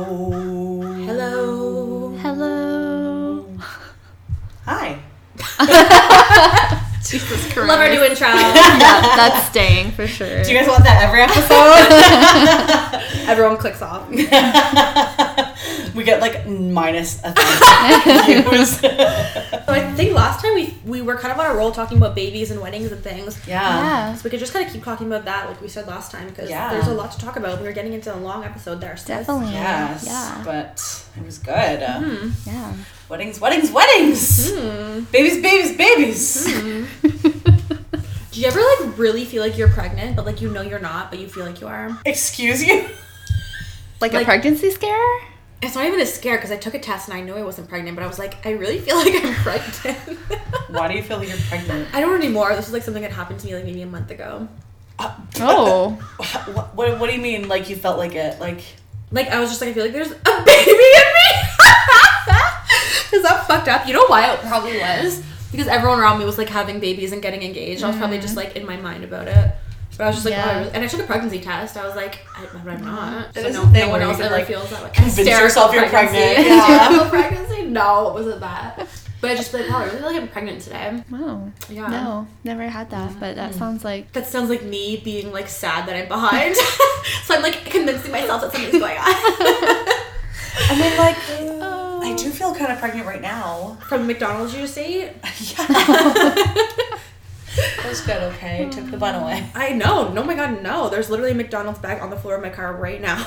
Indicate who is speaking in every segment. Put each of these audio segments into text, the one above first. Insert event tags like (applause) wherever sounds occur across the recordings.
Speaker 1: Hello.
Speaker 2: Hello.
Speaker 3: Hello.
Speaker 1: Hi.
Speaker 2: Jesus Christ.
Speaker 4: Love our (laughs) new intro.
Speaker 3: yeah, that's staying for sure.
Speaker 1: Do you guys want that every episode?
Speaker 4: Everyone clicks off.
Speaker 1: (laughs) we get like minus a thousand
Speaker 3: (laughs)
Speaker 1: views.
Speaker 4: So I think last time we we were kind of on a roll talking about babies and weddings and things.
Speaker 1: yeah.
Speaker 3: yeah,
Speaker 4: So we could just kind of keep talking about that, like we said last time, because
Speaker 1: Yeah.
Speaker 4: there's a lot to talk about. We were getting into a long episode there. So
Speaker 3: definitely.
Speaker 1: Yes.
Speaker 3: Yeah. Hmm.
Speaker 1: But it was good.
Speaker 3: yeah.
Speaker 1: Weddings, weddings, weddings.
Speaker 3: Hmm.
Speaker 1: Babies, babies, babies.
Speaker 4: Do you ever like really feel like you're pregnant, but like you know you're not, but you feel like you are?
Speaker 1: Excuse you.
Speaker 3: Like,
Speaker 4: Like-
Speaker 3: a pregnancy scare?
Speaker 4: It's not even a scare because I took a test and I knew I wasn't pregnant, but I was like, I really feel like I'm (laughs) pregnant.
Speaker 1: Why do you feel like you're pregnant?
Speaker 4: I don't anymore. This was like something that happened to me like maybe a month ago.
Speaker 1: Uh,
Speaker 3: Oh.
Speaker 1: (laughs) What, what, what do you mean? Like you felt like it? Like
Speaker 4: Like I was just like, I feel like there's a baby in me. (laughs) Is that fucked up? You know why it probably was? Because everyone around me was like having babies and getting engaged. I was probably
Speaker 1: Mm-hmm.
Speaker 4: just like in my mind about it. But I was just like,
Speaker 3: Yeah.
Speaker 4: oh, I really- and I took a pregnancy test. I was like, I, I'm not.
Speaker 1: Mm-hmm. That
Speaker 4: So
Speaker 1: is
Speaker 4: no,
Speaker 1: the thing
Speaker 4: no one
Speaker 1: where you
Speaker 4: else
Speaker 1: can,
Speaker 4: ever
Speaker 1: like,
Speaker 4: feels that way.
Speaker 1: convince
Speaker 4: Hysterical
Speaker 1: yourself you're
Speaker 4: (laughs)
Speaker 1: pregnant. Yeah.
Speaker 3: (laughs)
Speaker 4: Hysterical pregnancy? No, it wasn't that. But I just like, oh, I really feel like I'm pregnant today.
Speaker 3: Wow.
Speaker 4: Yeah.
Speaker 3: No, never had that, but that sounds like.
Speaker 4: That sounds like me being like sad that I'm behind. (laughs) so I'm like convincing myself that something's
Speaker 1: (laughs)
Speaker 4: going on.
Speaker 1: and then like
Speaker 3: Oh.
Speaker 1: I do feel kind of pregnant right now.
Speaker 4: From McDonald's, you just (laughs) ate?
Speaker 1: (laughs) It was good. Okay, took the bun away.
Speaker 4: I know. No, my God, no. There's literally a McDonald's bag on the floor of my car right now.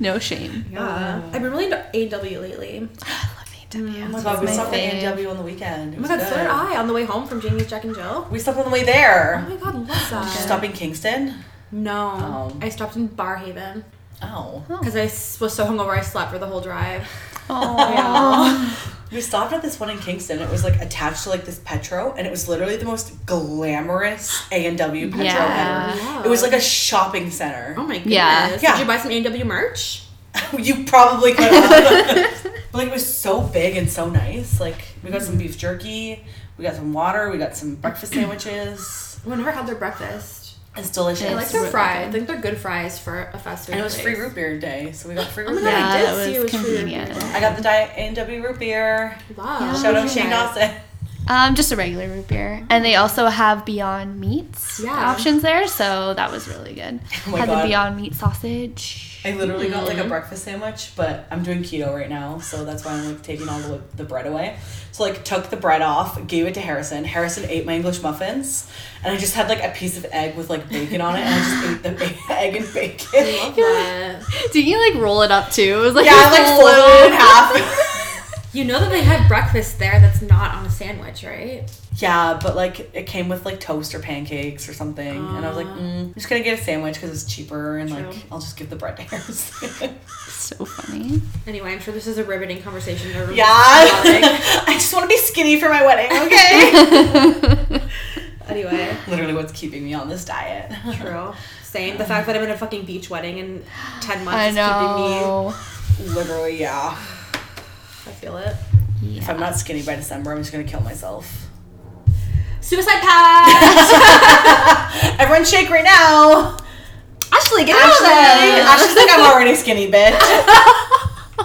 Speaker 3: no shame.
Speaker 4: (laughs) (laughs) yeah. I've been really into AW lately.
Speaker 3: I love AW.
Speaker 1: Oh my god, we
Speaker 3: my
Speaker 1: stopped
Speaker 3: fave.
Speaker 1: at AW on the weekend. It
Speaker 4: Oh my
Speaker 1: was
Speaker 4: God,
Speaker 1: good.
Speaker 4: so did I on the way home from Jamie's Jack and Jill.
Speaker 1: We stopped on the way
Speaker 4: Oh
Speaker 1: there.
Speaker 4: my God, love that.
Speaker 1: Did you stop in Kingston?
Speaker 4: No.
Speaker 1: Oh.
Speaker 4: I stopped in Barhaven
Speaker 1: Oh.
Speaker 4: because I s- was so hungover I slept for the whole drive.
Speaker 3: Aw.
Speaker 1: We stopped at this one in Kingston. It was like attached to like this Petro, and it was literally the most glamorous A and W Petro
Speaker 3: Yeah.
Speaker 1: ever. It was like a shopping center.
Speaker 4: Oh my goodness.
Speaker 3: Yeah.
Speaker 1: Yeah.
Speaker 4: Did you buy some AW merch?
Speaker 1: (laughs) you probably could have.
Speaker 4: (laughs)
Speaker 1: (laughs) but like it was so big and so nice. Like we got some beef jerky, we got some water, we got some breakfast sandwiches.
Speaker 4: I've never had their breakfast.
Speaker 1: It's delicious.
Speaker 4: I like
Speaker 3: It's
Speaker 4: their
Speaker 3: really
Speaker 4: fries. I
Speaker 3: good.
Speaker 4: think they're good fries for a fast food.
Speaker 1: and it was free
Speaker 4: place.
Speaker 1: root beer day, so we got free
Speaker 4: Oh my
Speaker 1: root
Speaker 4: God,
Speaker 1: beer.
Speaker 4: I
Speaker 3: Yeah,
Speaker 4: did
Speaker 3: that
Speaker 4: see
Speaker 3: was
Speaker 4: it was free root beer.
Speaker 3: convenient.
Speaker 1: I got the diet A and W root beer.
Speaker 4: Wow.
Speaker 3: Yeah.
Speaker 1: Shout out
Speaker 4: Nice.
Speaker 1: Shane Dawson. (laughs)
Speaker 3: Um, just a regular root beer, and they also have Beyond Meats
Speaker 4: Yeah.
Speaker 3: options there, so that was really good.
Speaker 1: Oh my
Speaker 3: had
Speaker 1: God.
Speaker 3: the Beyond Meat sausage.
Speaker 1: I literally got
Speaker 4: Mm-hmm.
Speaker 1: like a breakfast sandwich, but I'm doing keto right now, so that's why I'm like taking all the the bread away. So like took the bread off, gave it to Harrison. Harrison ate my English muffins, and I just had like a piece of egg with like bacon on it, and I just ate the ba- (laughs) egg and bacon.
Speaker 4: Love that.
Speaker 3: Didn't you like roll it up too? It was like
Speaker 1: yeah, I like
Speaker 3: full
Speaker 1: folded
Speaker 3: (laughs)
Speaker 1: it in
Speaker 3: of-
Speaker 4: (laughs)
Speaker 1: half. (laughs)
Speaker 4: You know that they had breakfast there that's not on a sandwich, right?
Speaker 1: yeah, but like it came with like toast or pancakes or something, and I was like, mm, I'm just gonna get a sandwich because it's cheaper, and like
Speaker 4: Ah. True.
Speaker 1: I'll just give the bread to
Speaker 4: (laughs)
Speaker 1: Harrison. (laughs)
Speaker 3: So funny. (laughs)
Speaker 4: Anyway, I'm sure this is a riveting conversation. Everyone's
Speaker 1: yeah,
Speaker 3: (laughs)
Speaker 4: loving.
Speaker 1: (laughs) I just want to be skinny for my wedding. Okay.
Speaker 4: (laughs) anyway,
Speaker 1: literally what's keeping me on this diet. (laughs)
Speaker 4: true. Same. The fact that I'm in a fucking beach wedding in 10 months
Speaker 3: I
Speaker 4: is keeping me.
Speaker 3: know.
Speaker 1: literally, yeah.
Speaker 4: I feel it.
Speaker 1: If I'm not skinny by December, I'm just gonna kill myself. (laughs)
Speaker 4: Suicide pact!
Speaker 1: Everyone shake right now.
Speaker 4: Ashley, get
Speaker 1: Ashley,
Speaker 4: out of
Speaker 1: Ashley's like, I'm already skinny, bitch.
Speaker 4: (laughs)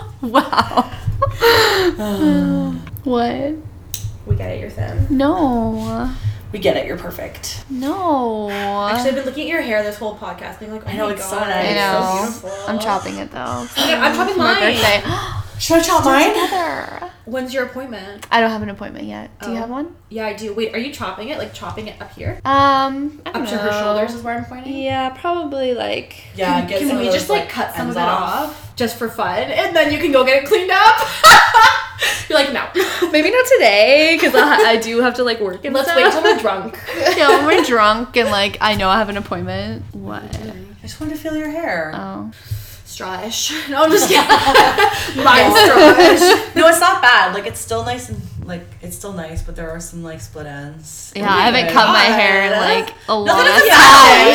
Speaker 1: (sighs)
Speaker 3: (laughs) Wow. what?
Speaker 4: We get it, you're thin.
Speaker 3: No.
Speaker 1: We get it. You're perfect.
Speaker 3: No.
Speaker 4: Actually, I've been looking at your hair this whole podcast, being like, oh
Speaker 1: I know,
Speaker 4: my
Speaker 1: it's so
Speaker 4: God,
Speaker 1: nice.
Speaker 3: I
Speaker 4: it's
Speaker 3: know.
Speaker 4: beautiful.
Speaker 3: I'm chopping it though.
Speaker 4: Okay, I'm chopping
Speaker 3: My
Speaker 4: mine.
Speaker 3: birthday. (gasps)
Speaker 1: Should I chop mine?
Speaker 3: Heather.
Speaker 4: When's your appointment?
Speaker 3: I don't have an appointment yet. Do you
Speaker 4: Oh.
Speaker 3: have one?
Speaker 4: Yeah, I do. Wait, are you chopping it? Like chopping it up here?
Speaker 3: Um, I
Speaker 4: Up
Speaker 3: don't
Speaker 4: to her
Speaker 3: know.
Speaker 4: shoulders is where I'm pointing?
Speaker 3: Yeah, probably like.
Speaker 1: Yeah. get some
Speaker 4: Can
Speaker 1: of
Speaker 4: we
Speaker 1: those,
Speaker 4: just like cut some
Speaker 1: ends
Speaker 4: of that off. just for fun and then you can go get it cleaned up? (laughs) You're like, no.
Speaker 3: Maybe not today, because (laughs) I, I do have to like work and
Speaker 4: Let's
Speaker 3: stuff.
Speaker 4: wait till we're drunk.
Speaker 3: yeah, when we're drunk and like I know I have an appointment. What?
Speaker 1: I just wanted to feel your hair.
Speaker 3: Oh.
Speaker 4: Strawish. (laughs) No, I'm just kidding. Mine's strawish.
Speaker 3: (laughs)
Speaker 1: no, it's not bad. Like it's still nice and like it's still nice, but there are some like split ends.
Speaker 3: Yeah, I haven't cut my hair in
Speaker 1: God.
Speaker 3: like a long
Speaker 1: that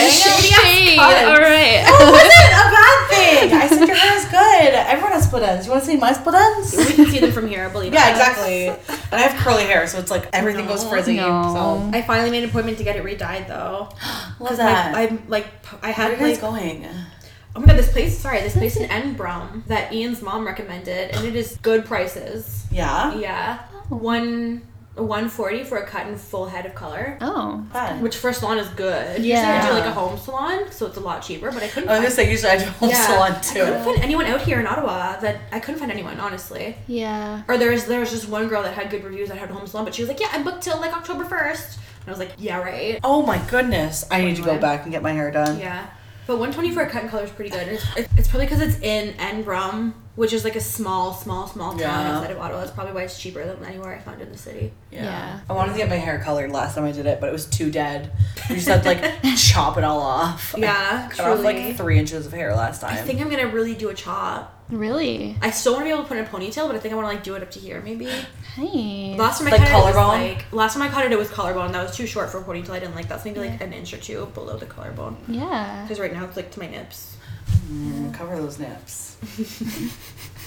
Speaker 3: time.
Speaker 1: doesn't matter.
Speaker 3: Shade.
Speaker 4: cuts.
Speaker 3: All right.
Speaker 1: (laughs) It wasn't a bad thing. I said
Speaker 3: (laughs)
Speaker 1: your hair is good. Everyone has split ends. You want to see my split ends?
Speaker 4: We can see them from here, I believe.
Speaker 1: Yeah,
Speaker 4: it.
Speaker 1: exactly. And I have curly hair, so it's like everything goes frizzy.
Speaker 3: No.
Speaker 1: So
Speaker 4: I finally made an appointment to get it re-dyed though.
Speaker 1: love
Speaker 4: Like, I'm like p- I had
Speaker 1: Where are you guys
Speaker 4: like
Speaker 1: going?
Speaker 4: Oh my god, this place, sorry, this place in (laughs) Enbrom that Ian's mom recommended, and it is good prices.
Speaker 1: Yeah.
Speaker 4: Yeah. One. 140 for a cut and full head of color,
Speaker 3: Oh.
Speaker 1: Fun.
Speaker 4: which for a salon is good.
Speaker 3: Yeah.
Speaker 4: Usually I do like a home salon, so it's a lot cheaper, but I couldn't
Speaker 1: I was gonna
Speaker 4: find
Speaker 1: say usually I do home salon
Speaker 4: I
Speaker 3: (laughs)
Speaker 4: couldn't
Speaker 1: too.
Speaker 4: find anyone out here in Ottawa that I couldn't find anyone, honestly.
Speaker 3: Yeah.
Speaker 4: Or there's there's just one girl that had good reviews that had home salon, but she was like, Yeah, I'm booked till like October first. And I was like, Yeah, right.
Speaker 1: Oh my goodness! I need to go
Speaker 4: Fun.
Speaker 1: back and get my hair done.
Speaker 4: Yeah. But 120 for a cut and color is pretty good. It's, it's probably because it's in Enbrum, which is like a small, small, small town
Speaker 1: Yeah.
Speaker 4: outside of Ottawa. That's probably why it's cheaper than anywhere I found in the city.
Speaker 3: Yeah.
Speaker 1: I wanted to get my hair colored last time I did it, but it was too dead. You just had to like chop it all off.
Speaker 4: Yeah,
Speaker 1: I cut off
Speaker 4: truly.
Speaker 1: like three inches of hair last
Speaker 4: I
Speaker 1: time.
Speaker 4: think I'm gonna really do a chop.
Speaker 3: Really?
Speaker 4: I still want to be able to put in a ponytail, but I think I want to like do it up to here maybe.
Speaker 3: Nice.
Speaker 4: Last time I
Speaker 1: Like
Speaker 4: cut it, it was
Speaker 1: collarbone?
Speaker 4: like last time I cut it, it was collarbone. That was too short for a ponytail. I didn't like that. So maybe like an inch or two below the collarbone.
Speaker 3: yeah.
Speaker 4: Because right now it's like to my nips.
Speaker 1: Mm, cover those nips.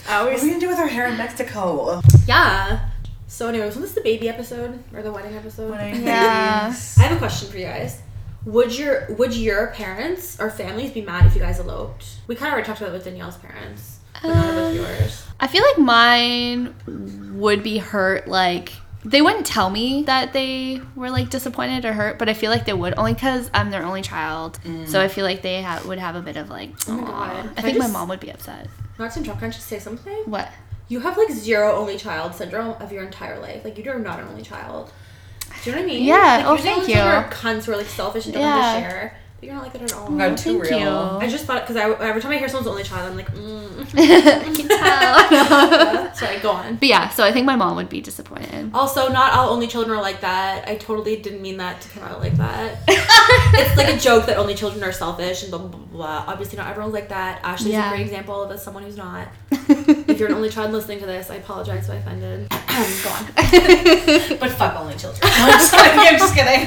Speaker 4: I
Speaker 1: What are
Speaker 4: (laughs)
Speaker 1: we gonna do with our hair in Mexico?
Speaker 4: Yeah. So anyway, wasn't this the baby episode or the wedding episode?
Speaker 3: Yeah.
Speaker 4: (laughs) I have a question for you guys. Would your would your parents or families be mad if you guys eloped? We kind of already talked about it with Danielle's parents, but not about
Speaker 3: Um,
Speaker 4: yours.
Speaker 3: I feel like mine would be hurt. Like, they wouldn't tell me that they were like disappointed or hurt, but I feel like they would only because I'm their only child. So I feel like they ha- would have a bit of like,
Speaker 4: Mm. Oh my
Speaker 3: "Aw."
Speaker 4: God.
Speaker 3: I
Speaker 4: I
Speaker 3: think my
Speaker 4: just-
Speaker 3: mom would be upset.
Speaker 4: Not to interrupt, can I just say something?
Speaker 3: What?
Speaker 4: You have like zero only child syndrome of your entire life. Like you are not an only child. Do you know what I mean?
Speaker 3: Yeah,
Speaker 4: Like,
Speaker 3: oh,
Speaker 4: usually
Speaker 3: thank
Speaker 4: only children
Speaker 3: you.
Speaker 4: Are cunts who are like selfish and don't
Speaker 3: Yeah.
Speaker 4: want to share. But you're not like that at all.
Speaker 1: God, too
Speaker 3: Thank
Speaker 1: real.
Speaker 4: I just thought because I every time I hear someone's only child, I'm like,
Speaker 3: (laughs)
Speaker 4: mm.
Speaker 3: (laughs)
Speaker 4: (laughs)
Speaker 3: I can tell. (laughs)
Speaker 4: sorry, go on.
Speaker 3: but yeah, so I think my mom would be disappointed. (laughs)
Speaker 4: Also, not all only children are like that. I totally didn't mean that to come out like
Speaker 3: (laughs)
Speaker 4: that. it's like a joke that only children are selfish and blah blah blah. blah. Obviously, not everyone's like that. Ashley's a
Speaker 3: Yeah.
Speaker 4: great example of someone who's not. if you're an only child listening to this, I apologize if I
Speaker 3: (clears throat)
Speaker 4: offended. go on.
Speaker 1: (laughs) But fuck only children. No, I'm just kidding. I'm just kidding.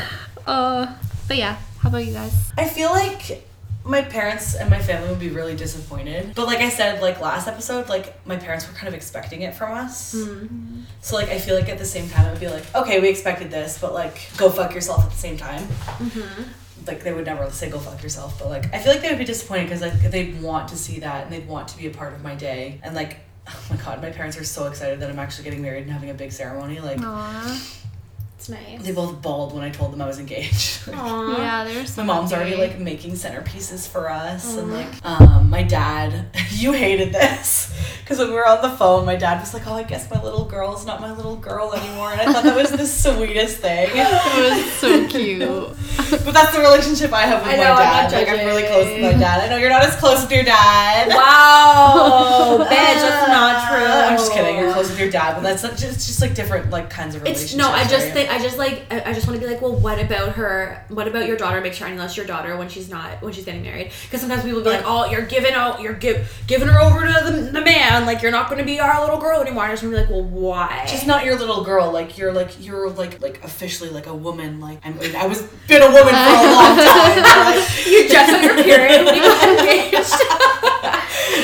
Speaker 1: (laughs)
Speaker 3: Uh, but yeah, how about you guys?
Speaker 1: I feel like my parents and my family would be really disappointed. But like I said, like last episode, like my parents were kind of expecting it from us.
Speaker 4: Hmm.
Speaker 1: So like I feel like at the same time, I'd be like, okay, we expected this, but like go fuck yourself at the same time.
Speaker 4: Mm-hmm.
Speaker 1: Like they would never say go fuck yourself, but like I feel like they would be disappointed because like they'd want to see that and they'd want to be a part of my day and like. (laughs) Oh my god, my parents are so excited that I'm actually getting married and having a big ceremony. Like,
Speaker 3: Oh, Aww.
Speaker 4: It's nice.
Speaker 1: they both bawled when I told them I was engaged. (laughs)
Speaker 4: (laughs) Aww.
Speaker 3: Yeah, there's
Speaker 1: My mom's already
Speaker 3: (laughs)
Speaker 1: like making centerpieces for us, and like um, my dad, (laughs) you hated this (laughs) because when we were on the phone, my dad was like, "Oh, I guess my little girl's not my little girl anymore," and I thought that was the (laughs) sweetest thing.
Speaker 3: It was
Speaker 1: (laughs)
Speaker 3: so cute.
Speaker 1: But that's the relationship I have with
Speaker 4: I know,
Speaker 1: my
Speaker 4: I'm
Speaker 1: dad.
Speaker 4: not
Speaker 1: like I'm
Speaker 4: judging.
Speaker 1: really close with my dad. I know you're not as close with your dad. (laughs)
Speaker 4: Wow, bitch, that's not true.
Speaker 1: I'm just kidding. You're close with your dad, but that's like, just just like different like kinds of relationships.
Speaker 4: It's no, I just
Speaker 1: right?
Speaker 4: think I just like I, I just want to be like, well, what about her? What about your daughter? Make sure unless your daughter when she's not when she's getting married, because sometimes people be like, oh, you're giving out, you're give, giving her over to the, the man, like you're not going to be our little girl anymore. I just want to be like, well, why? (laughs)
Speaker 1: She's not your little girl. Like you're like you're like like officially like a woman. Like I'm, I was been a woman for
Speaker 4: (laughs)
Speaker 1: a long time. Like,
Speaker 4: you just on your period when you got (laughs) engaged.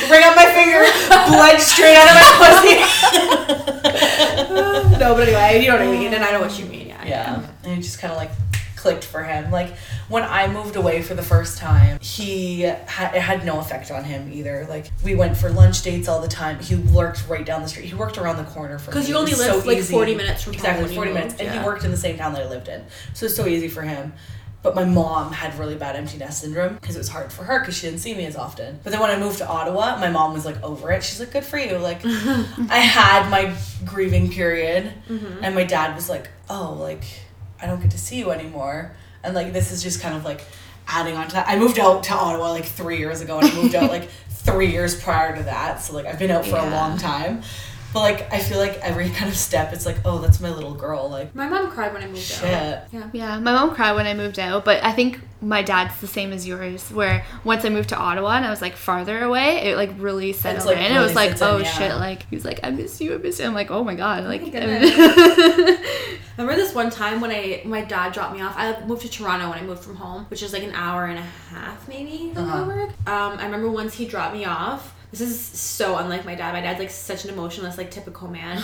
Speaker 1: Bring up my finger, blood straight out of my pussy. (laughs)
Speaker 4: no, but anyway, you know what I mean, and I know what you mean. Yeah.
Speaker 1: yeah, and it just kind of like clicked for him. Like when I moved away for the first time, he had it had no effect on him either. Like we went for lunch dates all the time. He lurked right down the street. He worked around the corner from
Speaker 4: 'Cause
Speaker 1: me.
Speaker 4: you
Speaker 1: It
Speaker 4: only
Speaker 1: was
Speaker 4: lived, like,
Speaker 1: easy.
Speaker 4: 40 minutes from home
Speaker 1: exactly
Speaker 4: when you
Speaker 1: forty minutes,
Speaker 4: moved,
Speaker 1: and
Speaker 4: yeah.
Speaker 1: he worked in the same town that I lived in, so it's so easy for him. But my mom had really bad empty nest syndrome because it was hard for her because she didn't see me as often. But then when I moved to Ottawa, my mom was like over it. She's like, "Good for you."
Speaker 4: (laughs)
Speaker 1: Like, I had my grieving period, Mm-hmm. and my dad was like, "Oh, like I don't get to see you anymore," and like this is just kind of like adding on to that. I moved out to Ottawa like three years ago, and I moved
Speaker 4: (laughs)
Speaker 1: out like three years prior to that, so like I've been out for a
Speaker 3: Yeah.
Speaker 1: long time. But like I feel like every kind of step, it's like, "Oh, that's my little girl." Like,
Speaker 4: My mom cried when I moved out.
Speaker 1: shit.
Speaker 4: Yeah.
Speaker 3: Yeah, my mom cried when I moved out, but I think my dad's the same as yours. Where once I moved to Ottawa and I was like farther away, it like really settled
Speaker 1: like,
Speaker 3: in. it was
Speaker 1: really
Speaker 3: like,
Speaker 1: sits in,
Speaker 3: oh
Speaker 1: yeah.
Speaker 3: shit! Like he's like, I miss you, I miss you. I'm like, (laughs) oh my god, like.
Speaker 4: Remember this one time when I my dad dropped me off. I moved to Toronto when I moved from home, which is like an hour and a half maybe from
Speaker 1: Uh-huh.
Speaker 4: my work. Um, I remember once he dropped
Speaker 1: (sighs)
Speaker 4: me off. This is so unlike my dad. My dad's like such an emotionless, like typical man.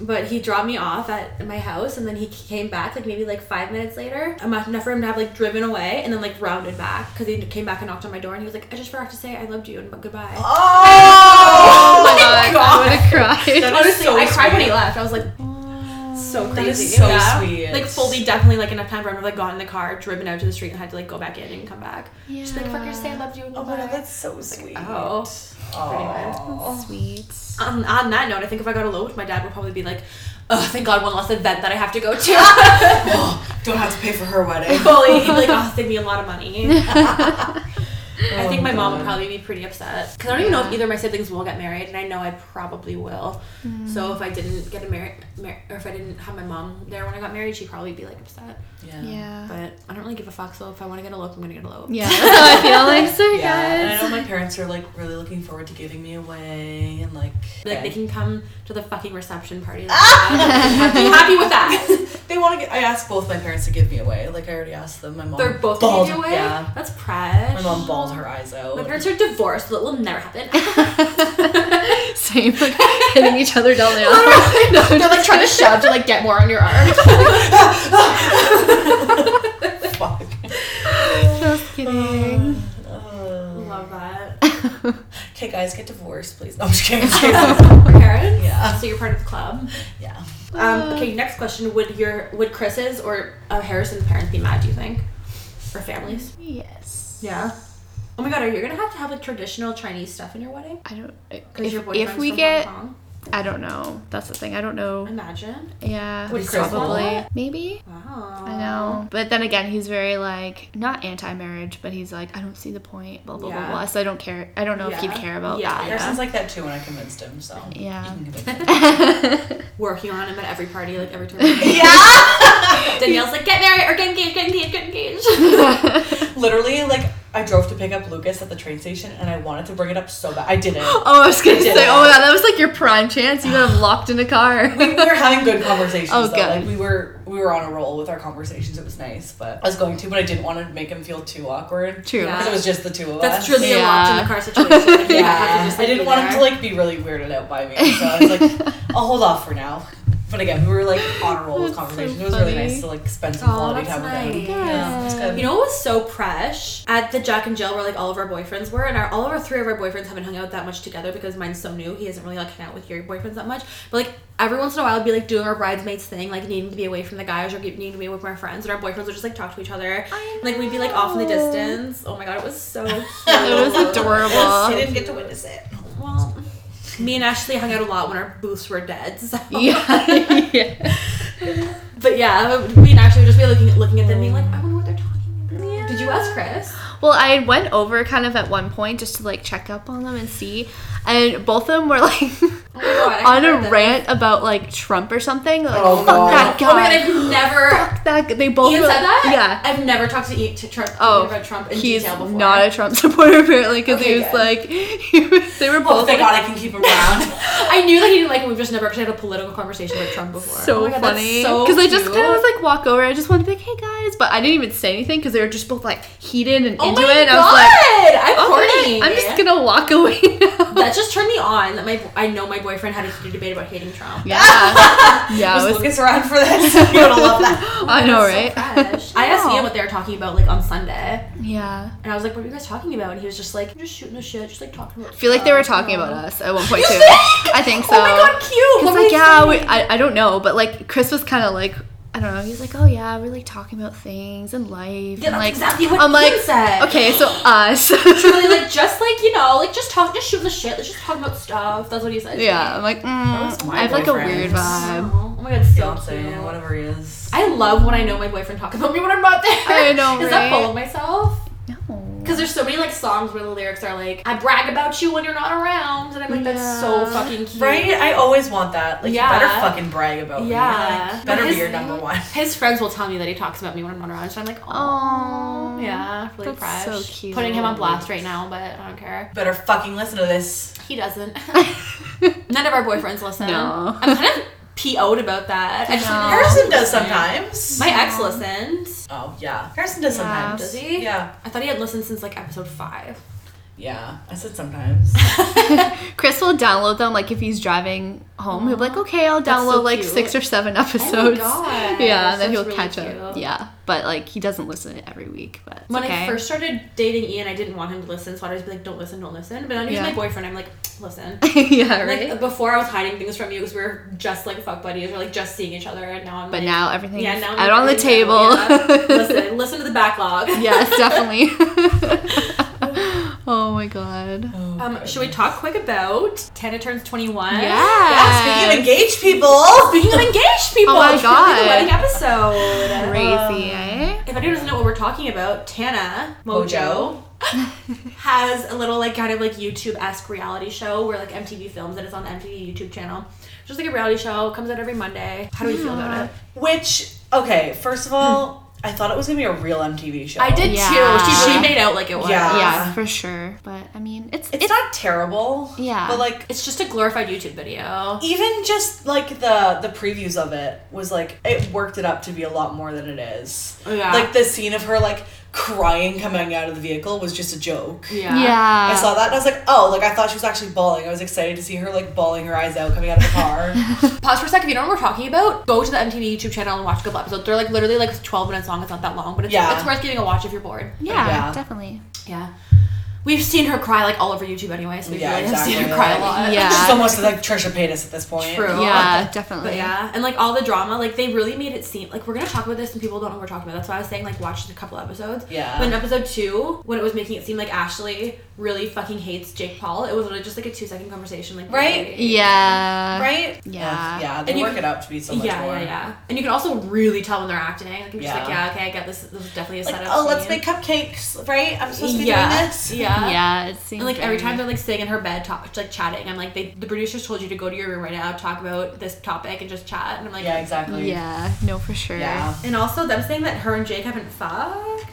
Speaker 4: But he dropped me off at my house, and then he came back like maybe like five minutes later, enough enough for him to have like driven away, and then like rounded back because he came back and knocked on my door, and he was like, "I just forgot to say I loved you and bu- goodbye."
Speaker 1: Oh, (laughs)
Speaker 4: my
Speaker 3: God,
Speaker 4: God.
Speaker 3: I would have
Speaker 1: That
Speaker 3: (laughs) cried.
Speaker 1: is
Speaker 4: Honestly,
Speaker 1: so
Speaker 4: I cried when
Speaker 1: sweet.
Speaker 4: he left. I was like, so
Speaker 1: That is
Speaker 4: crazy.
Speaker 1: so sweet.
Speaker 4: Like fully, definitely like enough time for him to like got in the car, driven out to the street, and had to like go back in and come back.
Speaker 3: Yeah.
Speaker 4: She's like, "Fucker, say I loved you." and
Speaker 1: Oh my
Speaker 4: goodbye."
Speaker 1: god, that's so sweet.
Speaker 4: oh.
Speaker 1: Aw.
Speaker 3: Sweet.
Speaker 4: on, Um, on that note, I think if I got eloped, my dad would probably be like, oh, thank God, one less event that I have to
Speaker 1: (laughs)
Speaker 4: go to. (laughs)
Speaker 1: Oh, don't have to pay for her wedding.
Speaker 4: Holy, he'd be like, oh, save me a lot of money. (laughs) I
Speaker 1: Oh
Speaker 4: think my mom would probably be pretty upset. Because I don't even know if either of my siblings will get married, and I know I probably will. So if I didn't get a married, mar- or if I didn't have my mom there when I got married, she'd probably be like upset.
Speaker 1: Yeah. (laughs)
Speaker 3: Yeah.
Speaker 4: But I don't really give a fuck, so if I want to get eloped, I'm going to get eloped.
Speaker 3: Yeah. That's how I feel like. Sorry,
Speaker 1: Yeah, and I
Speaker 3: guys.
Speaker 1: know my parents are like really looking forward to giving me away and like
Speaker 4: Like, they
Speaker 1: they,
Speaker 4: can come to the fucking reception
Speaker 3: (laughs)
Speaker 4: party. Like, I'm happy with that.
Speaker 1: want to get. I asked both my parents to give me away. Like I already asked them. My mom.
Speaker 4: They're both
Speaker 1: bawled-
Speaker 4: going away?
Speaker 1: Yeah,
Speaker 4: That's press.
Speaker 1: my mom bawled her eyes out.
Speaker 4: My parents are divorced, so that will never
Speaker 3: (laughs)
Speaker 4: happen. (laughs)
Speaker 3: Same. Like, hitting each other down (laughs) the arm. No,
Speaker 4: They're like trying to shove to like get more on your arm.
Speaker 1: (laughs) Fuck.
Speaker 3: just kidding.
Speaker 1: Uh,
Speaker 4: Love that.
Speaker 3: Um,
Speaker 1: okay, guys, get divorced, please. No, I'm just
Speaker 4: (laughs)
Speaker 1: kidding.
Speaker 4: Parents?
Speaker 1: Yeah.
Speaker 4: So you're part of the club.
Speaker 1: yeah.
Speaker 3: Uh.
Speaker 4: Um, okay, next question. Would your would Chris's or uh, Harrison's parents be mad, do you think? Or families?
Speaker 3: yes.
Speaker 4: Yeah. Oh my god, are you gonna have to have like traditional Chinese stuff in your wedding?
Speaker 3: I don't.
Speaker 4: Because your
Speaker 3: If,
Speaker 4: boyfriend's
Speaker 3: if we
Speaker 4: from
Speaker 3: get,
Speaker 4: Hong
Speaker 3: I don't know. That's the thing. I don't
Speaker 4: Kong.
Speaker 3: know.
Speaker 4: Imagine.
Speaker 3: Yeah.
Speaker 4: Would Chris want
Speaker 3: probably.
Speaker 4: that?
Speaker 3: Maybe.
Speaker 4: Wow.
Speaker 3: I know. But then again, he's very like not anti-marriage, but he's like I don't see the point. Blah blah
Speaker 4: Yeah.
Speaker 3: blah blah. So I don't care. I don't know if he'd
Speaker 4: Yeah.
Speaker 3: care about
Speaker 4: Yeah.
Speaker 3: that.
Speaker 1: Harrison's like that too, and I convinced him. So
Speaker 3: Yeah.
Speaker 1: (laughs) You can convince
Speaker 4: (laughs)
Speaker 1: him.
Speaker 4: Working on him at every party, like every (laughs) turn.
Speaker 1: yeah.
Speaker 4: Danielle's like, get married or get engaged, get engaged, get engaged.
Speaker 1: Literally, like I drove to pick up Lucas at the train station, and I wanted to bring it up so bad. I didn't.
Speaker 3: (laughs) Oh, I was gonna
Speaker 1: did
Speaker 3: say,
Speaker 1: it.
Speaker 3: oh yeah, that was like your prime chance. You got him locked in a car.
Speaker 1: we were having good conversations.
Speaker 3: (laughs) Oh,
Speaker 1: though.
Speaker 3: good.
Speaker 1: Like we were we were on a roll with our conversations. It was nice, but I was going to, but I didn't want to make him feel too awkward.
Speaker 3: (laughs) True.
Speaker 4: Yeah.
Speaker 1: Because it was just the two of
Speaker 4: That's
Speaker 1: us.
Speaker 4: truly a locked in the
Speaker 3: (laughs) Yeah.
Speaker 4: car situation. Like, you have to
Speaker 1: Yeah.
Speaker 4: just,
Speaker 1: I
Speaker 4: like,
Speaker 1: didn't
Speaker 4: be
Speaker 1: want him
Speaker 4: there.
Speaker 1: to like be really weirded out by me, so I was
Speaker 3: (laughs)
Speaker 1: like, I'll hold off for now. But again, we were like on a roll with
Speaker 3: That's so
Speaker 1: conversations. it was really
Speaker 3: funny.
Speaker 1: nice to like spend some
Speaker 4: Aw,
Speaker 1: quality
Speaker 4: that's
Speaker 1: time with him.
Speaker 4: nice.
Speaker 1: Yeah, it's good.
Speaker 4: You know what was so fresh at the Jack and Jill where like all of our boyfriends were, and our, all of our three of our boyfriends haven't hung out that much together because mine's so new. He hasn't really like hung out with your boyfriends that much. But like every once in a while, I'd be like doing our bridesmaids thing, like needing to be away from the guys or get- needing to be away from our friends, and our boyfriends would just like talk to each other.
Speaker 3: I
Speaker 4: Like we'd be like off in the distance. Oh my god, (laughs) it was so cute.
Speaker 3: It was
Speaker 1: I
Speaker 4: (laughs)
Speaker 3: adorable.
Speaker 1: didn't get to witness it.
Speaker 4: Well, me and Ashley hung out a lot when our booths were dead. (laughs) So.
Speaker 3: yeah. yeah.
Speaker 4: But yeah, me and Ashley would just be looking looking at them, being like, I wonder what they're talking about. Did you ask Chris?
Speaker 3: Well, I had went over kind of at one point just to like check up on them and see, and both of them were like
Speaker 4: Oh my God, I
Speaker 3: on
Speaker 4: heard
Speaker 3: a
Speaker 4: this.
Speaker 3: rant about like Trump or something. Like,
Speaker 1: Oh,
Speaker 3: fuck
Speaker 1: God.
Speaker 3: that guy.
Speaker 4: Oh my god, I've never.
Speaker 3: fuck that. guy. They (gasps) both
Speaker 4: Ian
Speaker 3: were
Speaker 4: said
Speaker 3: like,
Speaker 4: that?
Speaker 3: yeah.
Speaker 4: I've never talked to, Ian, to Trump
Speaker 3: Oh,
Speaker 4: about Trump in
Speaker 3: He's
Speaker 4: detail before.
Speaker 3: not a Trump supporter apparently because
Speaker 4: Okay,
Speaker 3: he was
Speaker 4: good.
Speaker 3: like (laughs) he was, they were
Speaker 1: Oh,
Speaker 3: both
Speaker 1: thank
Speaker 3: like,
Speaker 1: God I can keep him around.
Speaker 4: (gasps) I knew that he didn't like him. We've just never actually had a political conversation with Trump before.
Speaker 3: so
Speaker 4: Oh my God, that's
Speaker 3: funny
Speaker 4: so
Speaker 3: because I just
Speaker 4: cute.
Speaker 3: kind of was like walk over. I just wanted to be like, hey guys, but I didn't even say anything because they were just both like heated and
Speaker 4: oh
Speaker 3: into
Speaker 4: my
Speaker 3: it. And
Speaker 4: god,
Speaker 3: I was like,
Speaker 4: I'm
Speaker 3: okay,
Speaker 4: horny.
Speaker 3: Oh, I'm just gonna walk away. (laughs) now.
Speaker 4: That just turned me on. That my I know my boyfriend had a heated debate about hating Trump.
Speaker 3: yeah, (laughs) yeah,
Speaker 1: Was
Speaker 3: it was,
Speaker 1: Lucas around for this? (laughs)
Speaker 3: (laughs)
Speaker 1: You would love
Speaker 4: (laughs)
Speaker 1: that.
Speaker 3: I know, right? (laughs)
Speaker 4: Fresh. I asked
Speaker 3: Wow.
Speaker 4: Ian what they were talking about like on Sunday,
Speaker 3: yeah,
Speaker 4: and I was like, "What are you guys talking about?" And he was just like, "I'm just shooting the shit, just like talking about."
Speaker 3: I feel like they were
Speaker 4: stuff."
Speaker 3: talking about us at one point too.
Speaker 4: think?
Speaker 3: I think so.
Speaker 4: Oh my god, cute.
Speaker 3: 'Cause,
Speaker 4: What were
Speaker 3: like,
Speaker 4: they
Speaker 3: yeah, we,
Speaker 4: saying?
Speaker 3: I, I don't know, but like Chris was kind of like, I don't know. He's like, oh yeah, we're like talking about things and life.
Speaker 4: Yeah,
Speaker 3: and,
Speaker 4: that's
Speaker 3: like,
Speaker 4: exactly what
Speaker 3: I'm like,
Speaker 4: Ian said. (laughs)
Speaker 3: okay, so us.
Speaker 4: Really, like just like you know, like just talk, just shooting the shit. Let's just talk about stuff. That's what he said. to
Speaker 3: (laughs) yeah,
Speaker 4: me.
Speaker 3: I'm like, mm,
Speaker 1: was my
Speaker 3: I have like a
Speaker 1: boyfriend.
Speaker 3: weird vibe.
Speaker 4: Oh my god, so
Speaker 1: Beyonce,
Speaker 4: cute.
Speaker 1: whatever he is.
Speaker 4: I love when I know my boyfriend talks about me when I'm not there.
Speaker 3: I
Speaker 4: (laughs)
Speaker 3: know,
Speaker 4: Is that
Speaker 3: right?
Speaker 4: full of myself?
Speaker 3: No.
Speaker 4: Because there's so many like songs where the lyrics are like, "I brag about you when you're not around," and I'm like, "That's so
Speaker 3: Yeah.
Speaker 4: fucking cute."
Speaker 1: Right? I always want that. Like,
Speaker 4: Yeah.
Speaker 1: you better fucking brag about me.
Speaker 4: Yeah.
Speaker 1: Like, better
Speaker 4: But
Speaker 1: be
Speaker 4: his
Speaker 1: your number
Speaker 4: name-
Speaker 1: one. (laughs)
Speaker 4: His friends will tell me that he talks about me when I'm not around, so I'm like, "Oh,
Speaker 3: Aw. (laughs)
Speaker 4: yeah, really
Speaker 3: That's
Speaker 4: fresh."
Speaker 3: so cute.
Speaker 4: Putting him on blast right now, but I don't care.
Speaker 1: Better fucking listen to this.
Speaker 4: He doesn't.
Speaker 3: (laughs)
Speaker 4: None of our boyfriends listen.
Speaker 3: No.
Speaker 4: I'm kind of PO'd about that. I just,
Speaker 3: No.
Speaker 1: Harrison does sometimes.
Speaker 4: Oh, My ex listened.
Speaker 1: oh, yeah. Harrison does
Speaker 3: Yeah.
Speaker 1: sometimes.
Speaker 4: Does he?
Speaker 1: Yeah.
Speaker 3: (laughs)
Speaker 4: I thought he had listened since like episode five. (laughs)
Speaker 1: Yeah, I said sometimes.
Speaker 3: Chris will download them like if he's driving home. He'll be like, okay, I'll
Speaker 4: That's
Speaker 3: download
Speaker 4: so
Speaker 3: like
Speaker 4: cute.
Speaker 3: six or seven episodes.
Speaker 4: Oh gosh,
Speaker 3: (laughs) Yeah, and
Speaker 4: that's
Speaker 3: then he'll
Speaker 4: really
Speaker 3: catch up.
Speaker 4: cute.
Speaker 3: Yeah, but like he doesn't listen every week. But it's
Speaker 4: When
Speaker 3: okay.
Speaker 4: I first started dating Ian, I didn't want him to listen, so I'd always be like, "Don't listen, don't listen." But now he's
Speaker 3: Yeah.
Speaker 4: my boyfriend. I'm like, "Listen."
Speaker 3: (laughs) yeah,
Speaker 4: Like
Speaker 3: right.
Speaker 4: before, I was hiding things from you because we were just like fuck buddies, or like just seeing each other, and now I'm.
Speaker 3: but
Speaker 4: like,
Speaker 3: now everything's
Speaker 4: yeah, now I'm
Speaker 3: out on the
Speaker 4: like, really
Speaker 3: table.
Speaker 4: down, yeah. listen, listen to the backlog.
Speaker 3: (laughs) yes, definitely. (laughs) oh my god.
Speaker 1: Oh,
Speaker 4: (laughs) Um, should we talk quick about Tana turns 21?
Speaker 3: Yeah.
Speaker 1: Speaking of engaged people,
Speaker 4: (laughs) Speaking of engaged people,
Speaker 3: Oh my
Speaker 4: it's really
Speaker 3: God.
Speaker 4: the wedding episode.
Speaker 3: crazy, eh?
Speaker 4: If anyone doesn't know what we're talking about, Tana
Speaker 1: Mojo.
Speaker 4: Mojo (laughs) has a little like kind of like YouTube esque reality show where like MTV films and it's on the MTV YouTube channel. It's just like a reality show, comes out every Monday. How do we feel about it?
Speaker 1: which okay, first of all, I thought it was gonna be a real MTV show.
Speaker 4: Hmm. I did
Speaker 3: Yeah.
Speaker 4: too. She,
Speaker 3: Yeah.
Speaker 4: she made out like it was.
Speaker 1: Yeah.
Speaker 3: yeah, for sure. But I mean, it's
Speaker 1: It's,
Speaker 3: it's,
Speaker 1: not terrible.
Speaker 3: Yeah.
Speaker 1: but like
Speaker 4: It's just a glorified YouTube video.
Speaker 1: even just like the the previews of it was like it worked it up to be a lot more than it is.
Speaker 4: Yeah.
Speaker 1: Like the scene of her like crying coming out of the vehicle was just a joke.
Speaker 4: Yeah.
Speaker 3: yeah.
Speaker 4: Uh.
Speaker 1: I saw that and I was like, oh, like I thought she was actually bawling. I was excited to see her like bawling her eyes out coming out of the
Speaker 4: (laughs)
Speaker 1: car.
Speaker 4: Pause for a sec. If you don't know what we're talking about, go to the MTV YouTube channel and watch a couple episodes. They're like literally like 12 minutes long. It's not that long, but it's,
Speaker 1: Yeah.
Speaker 4: it's worth giving a watch if you're bored.
Speaker 3: yeah,
Speaker 1: Yeah.
Speaker 3: definitely.
Speaker 4: Yeah. We've seen her cry like all over YouTube anyway, so we've
Speaker 1: Yeah,
Speaker 4: really seen
Speaker 1: exactly.
Speaker 4: her cry a lot.
Speaker 3: Yeah.
Speaker 1: She's almost like Trisha Paytas at this point.
Speaker 4: True.
Speaker 3: Yeah, definitely.
Speaker 1: Oh,
Speaker 4: But yeah, and like all the drama, like they really made it seem like we're gonna talk about this and people don't know what we're talking about. That's why I was saying like watch a couple episodes.
Speaker 1: Yeah.
Speaker 4: But in episode two, when it was making it seem like Ashley really fucking hates Jake Paul, it was literally just like a two second conversation, like
Speaker 1: Right?
Speaker 4: really-
Speaker 3: Yeah.
Speaker 1: Right?
Speaker 3: Yeah.
Speaker 1: yeah, they
Speaker 4: And you
Speaker 1: work it
Speaker 4: can-
Speaker 1: up to be so much
Speaker 4: yeah,
Speaker 1: more.
Speaker 4: yeah, yeah. And you can also really tell when they're acting. Like I'm just like,
Speaker 1: Yeah.
Speaker 4: yeah, okay, I get this. This is definitely a
Speaker 1: Like,
Speaker 4: setup.
Speaker 1: oh, let's
Speaker 4: scene.
Speaker 1: make cupcakes, right? I'm supposed to be
Speaker 4: yeah.
Speaker 1: doing this.
Speaker 4: Yeah.
Speaker 3: Yeah, it seems
Speaker 4: And like every
Speaker 3: very-
Speaker 4: time they're like sitting in her bed, talk, like chatting. I'm like, they, the producers told you to go to your room right now, talk about this topic, and just chat. And I'm like,
Speaker 1: Yeah, exactly.
Speaker 3: Yeah, no, for sure.
Speaker 1: Yeah.
Speaker 4: And also them saying that her and Jake haven't fucked.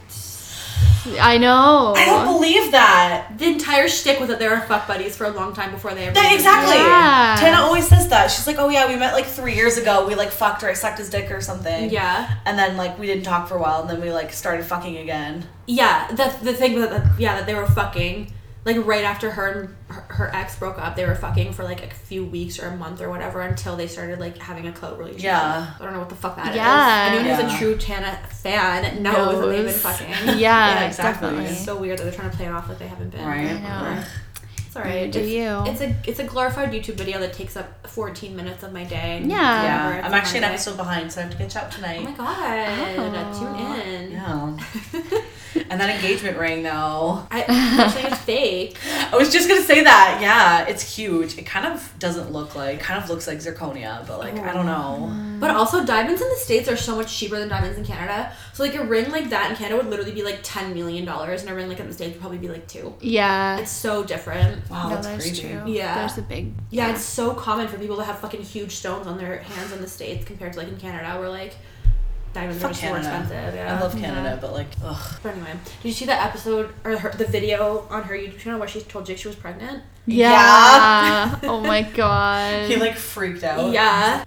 Speaker 3: I know.
Speaker 1: I
Speaker 4: (laughs)
Speaker 1: don't believe that.
Speaker 4: The entire shtick was that they were fuck buddies for a long time before they ever.
Speaker 1: That exactly.
Speaker 3: Yeah.
Speaker 1: Tana always says that. She's like, oh yeah, we met like three years ago. We like fucked or I sucked his dick or something.
Speaker 4: Yeah,
Speaker 1: And then like we didn't talk for a while, and then we like started fucking again.
Speaker 4: yeah. The the thing was that yeah that they were fucking like right after her and her, her ex broke up, they were fucking for like a few weeks or a month or whatever until they started like having a close relationship.
Speaker 1: Yeah.
Speaker 4: I don't know what the fuck that is.
Speaker 3: Yeah.
Speaker 4: Anyone who's
Speaker 1: Yeah.
Speaker 4: a true Tana fan knows that they've been (laughs)
Speaker 3: Knows. (laughs)
Speaker 4: fucking.
Speaker 3: Yeah,
Speaker 1: Yeah, exactly.
Speaker 3: definitely.
Speaker 4: It's so weird that they're trying to play it off like they haven't been.
Speaker 1: Right.
Speaker 3: I know.
Speaker 4: It's alright.
Speaker 3: Do
Speaker 4: it's,
Speaker 3: you.
Speaker 4: It's a it's a glorified YouTube video that takes up 14 minutes of my day.
Speaker 3: Yeah.
Speaker 1: Yeah,
Speaker 4: Whatever, it's
Speaker 1: I'm
Speaker 4: a
Speaker 1: actually an
Speaker 4: Monday.
Speaker 1: episode behind, so I have to catch up
Speaker 4: Oh my
Speaker 1: tonight.
Speaker 4: god.
Speaker 3: Oh.
Speaker 4: Tune in.
Speaker 1: yeah. And that engagement ring, though.
Speaker 4: I, I'm
Speaker 3: (laughs)
Speaker 4: saying it's fake.
Speaker 1: I was just gonna say that. Yeah, it's huge. It kind of doesn't look like. Kind of looks like zirconia, but like I don't know.
Speaker 3: Mm.
Speaker 4: But also, diamonds in the States are so much cheaper than diamonds in Canada. So, like, a ring like that in Canada would literally be like $10 million, and a ring like that in the States would probably be like two.
Speaker 3: Yeah.
Speaker 4: It's so different.
Speaker 1: Wow,
Speaker 3: no,
Speaker 1: that's,
Speaker 3: that's
Speaker 1: crazy.
Speaker 3: true.
Speaker 4: Yeah.
Speaker 3: There's a big.
Speaker 4: Yeah, it's so common for people to have fucking huge stones on their hands in the States compared to like in Canada, where like diamonds
Speaker 1: Fuck
Speaker 4: are just
Speaker 1: Canada.
Speaker 4: more expensive. Yeah.
Speaker 1: I love Canada, but like, ugh.
Speaker 4: But anyway, did you see that episode or her, the video on her YouTube channel where she told Jake she was pregnant?
Speaker 1: Yeah.
Speaker 3: Yeah.
Speaker 4: (laughs)
Speaker 3: oh my god.
Speaker 1: He like freaked out.
Speaker 4: Yeah.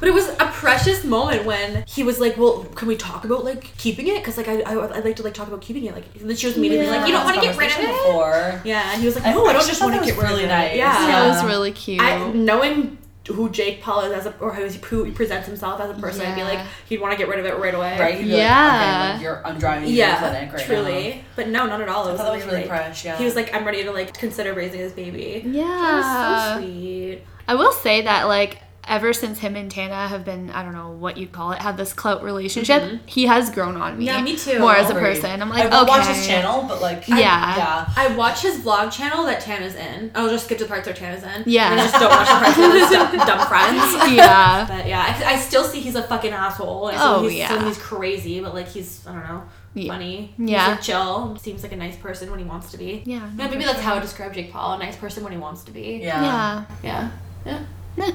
Speaker 4: But it was a precious moment when he was like, "Well, can we talk about like keeping it? Because like I, I I'd like to like talk about keeping it. Like and then she was immediately
Speaker 3: Yeah.
Speaker 4: like, you don't want to get rid of
Speaker 1: Conversation
Speaker 4: it.
Speaker 1: Before.
Speaker 4: Yeah, and he was like, no, I, don't
Speaker 1: actually
Speaker 4: just
Speaker 1: thought
Speaker 4: want to
Speaker 1: that
Speaker 4: get
Speaker 1: was
Speaker 4: rid
Speaker 1: really
Speaker 4: of
Speaker 1: nice.
Speaker 4: it. Yeah.
Speaker 3: That was
Speaker 1: Yeah.
Speaker 3: really cute.
Speaker 4: I, knowing who Jake Paul is as a or how he who he presents himself as a person, I'd be
Speaker 3: Yeah.
Speaker 4: like, he'd want to get rid of it right away.
Speaker 1: Right? You'd be like,
Speaker 3: Yeah.
Speaker 1: okay, like, you're, I'm driving you to the
Speaker 4: Yeah.
Speaker 1: clinic right
Speaker 4: truly.
Speaker 1: now.
Speaker 4: But no, not at all. It
Speaker 1: I
Speaker 4: was,
Speaker 1: thought that was
Speaker 4: something,
Speaker 1: really
Speaker 4: like,
Speaker 1: fresh. Yeah.
Speaker 4: He was like, I'm ready to like consider raising his baby.
Speaker 3: yeah.
Speaker 4: That was so sweet.
Speaker 3: I will say that like ever since him and Tana have been I don't know what you'd call it have this clout relationship, he has grown on me.
Speaker 4: Mm-hmm. Yeah, me too.
Speaker 3: More as a
Speaker 1: Agreed.
Speaker 3: person, I'm like
Speaker 1: I
Speaker 3: okay.
Speaker 1: watch his channel, but like, I-
Speaker 3: Yeah.
Speaker 1: yeah.
Speaker 4: I watch his vlog channel that Tana's in. I'll just skip to the parts where Tana's in.
Speaker 3: Yeah.
Speaker 4: And I just don't watch the parts where they're (laughs) dumb, dumb friends. (laughs)
Speaker 3: yeah.
Speaker 4: But yeah, I, I still see he's a fucking asshole. And I
Speaker 3: Oh,
Speaker 4: still, he's,
Speaker 3: yeah.
Speaker 4: still- he's crazy, but like he's, I don't know,
Speaker 3: Yeah.
Speaker 4: funny.
Speaker 3: Yeah.
Speaker 4: He's like chill. Seems like a nice person when he wants to be.
Speaker 3: Yeah,
Speaker 4: No,
Speaker 3: no,
Speaker 4: maybe
Speaker 3: for
Speaker 4: that's how I describe Jake Paul a nice person when he wants to be.
Speaker 1: Yeah.
Speaker 3: Yeah.
Speaker 4: Yeah. Yeah.
Speaker 3: Meh.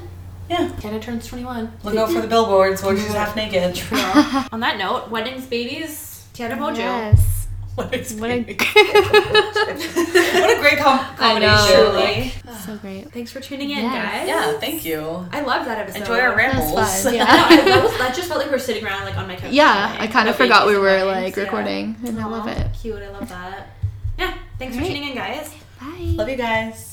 Speaker 1: Yeah.
Speaker 4: Tana turns 21.
Speaker 1: Look out for the billboards (laughs) where she's half naked.
Speaker 4: Yeah. On that note, weddings, babies, Tana Mojo. (laughs)
Speaker 3: Yes.
Speaker 1: what, a,
Speaker 3: What a
Speaker 1: what a great com-
Speaker 4: I
Speaker 1: combination.
Speaker 4: know.
Speaker 1: like.
Speaker 4: Truly.
Speaker 3: (laughs) so great.
Speaker 4: Thanks for tuning in,
Speaker 3: Yes.
Speaker 4: guys.
Speaker 1: yeah, thank you.
Speaker 4: I love that episode.
Speaker 1: Enjoy our
Speaker 3: That
Speaker 1: rambles.
Speaker 4: (laughs)
Speaker 3: was (laughs) fun.
Speaker 4: No, I- that,
Speaker 3: Yeah.
Speaker 4: was, that just felt like we were sitting around like on my couch.
Speaker 3: yeah.
Speaker 4: chatting
Speaker 3: I kind of
Speaker 4: about
Speaker 3: forgot we
Speaker 4: babies and
Speaker 3: were
Speaker 4: weddings,
Speaker 3: like
Speaker 4: yeah.
Speaker 3: recording, and I
Speaker 4: Aw,
Speaker 3: love it.
Speaker 4: Cute. I love that. Yeah. Thanks for
Speaker 3: Great.
Speaker 4: tuning in, guys.
Speaker 3: Bye.
Speaker 1: Love you guys.